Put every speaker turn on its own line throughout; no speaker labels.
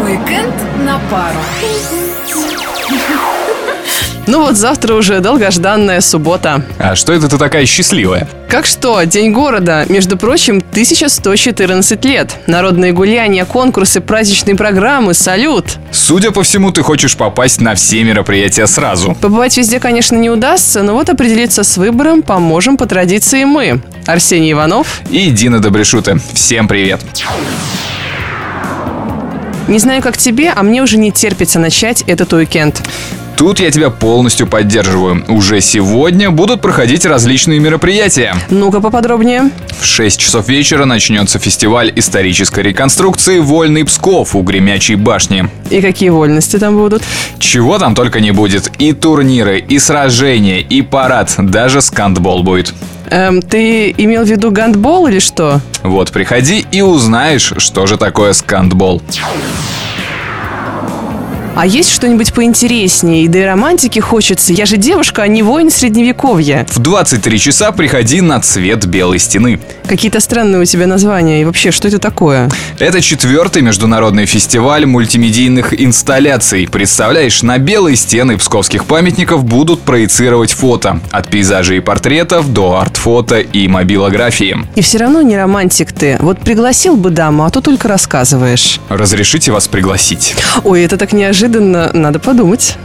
Уикенд на пару.
Ну вот завтра уже долгожданная суббота.
А что это ты такая счастливая?
Как что, День города, между прочим, 1114 лет. Народные гуляния, конкурсы, праздничные программы, салют.
Судя по всему, ты хочешь попасть на все мероприятия сразу.
Побывать везде, конечно, не удастся, но вот определиться с выбором поможем по традиции мы. Арсений Иванов.
И Дина Добрешута. Всем привет.
Не знаю, как тебе, а мне уже не терпится начать этот уикенд.
Тут я тебя полностью поддерживаю. Уже сегодня будут проходить различные мероприятия.
Ну-ка поподробнее.
В 6 часов вечера начнется фестиваль исторической реконструкции «Вольный Псков» у Гремячей башни.
И какие вольности там будут?
Чего там только не будет. И турниры, и сражения, и парад, даже скандбол будет.
Эм, ты имел в виду гандбол или что?
Вот приходи и узнаешь, что же такое скандбол.
А есть что-нибудь поинтереснее? И да и романтики хочется. Я же девушка, а не воин средневековья.
В 23 часа приходи на цвет белой стены.
Какие-то странные у тебя названия. И вообще, что это такое?
Это четвертый международный фестиваль мультимедийных инсталляций. Представляешь, на белые стены псковских памятников будут проецировать фото. От пейзажей и портретов до арт-фото и мобилографии.
И все равно не романтик ты. Вот пригласил бы даму, а то только рассказываешь.
Разрешите вас пригласить.
Ой, это так неожиданно. Надо подумать.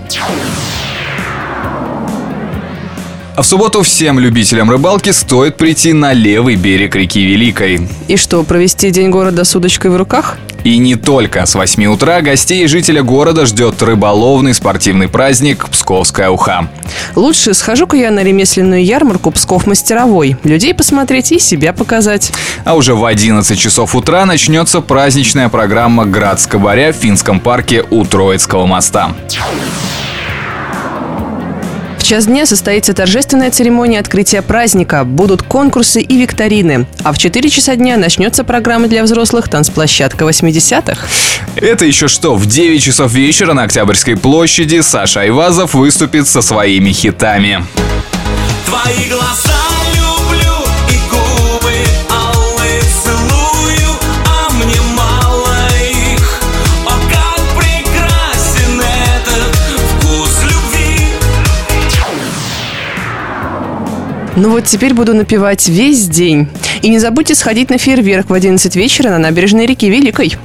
А в субботу всем любителям рыбалки стоит прийти на левый берег реки Великой.
И что, провести день города с удочкой в руках?
И не только. С 8 утра гостей и жителя города ждет рыболовный спортивный праздник «Псковская уха».
Лучше схожу-ка я на ремесленную ярмарку Псков Мастеровой. Людей посмотреть и себя показать.
А уже в 11 часов утра начнется праздничная программа «Град с кабаря» в Финском парке у Троицкого моста.
В час дня состоится торжественная церемония открытия праздника, будут конкурсы и викторины. А в 4 часа дня начнется программа для взрослых «Танцплощадка 80-х».
Это еще что, в 9 часов вечера на Октябрьской площади Саша Айвазов выступит со своими хитами.
Твои глаза люблю и губы алые целую, а мне мало их. О, как прекрасен этот вкус любви.
Ну вот теперь буду напевать весь день. И не забудьте сходить на фейерверк в 11 вечера на набережной реки Великой.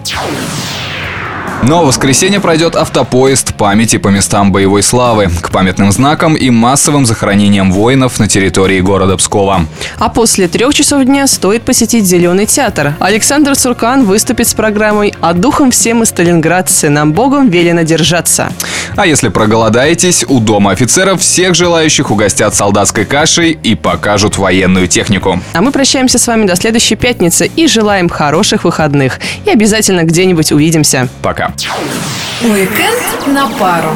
Но Ну, а в воскресенье пройдет автопоезд памяти по местам боевой славы, к памятным знакам и массовым захоронениям воинов на территории города Пскова.
А после трех часов дня стоит посетить Зеленый театр. Александр Суркан выступит с программой «А духом все мы сталинградцы, нам Богом велено держаться».
А если проголодаетесь, у дома офицеров всех желающих угостят солдатской кашей и покажут военную технику.
А мы прощаемся с вами до следующей пятницы и желаем хороших выходных. И обязательно где-нибудь увидимся.
Пока.
Уикенд на пару.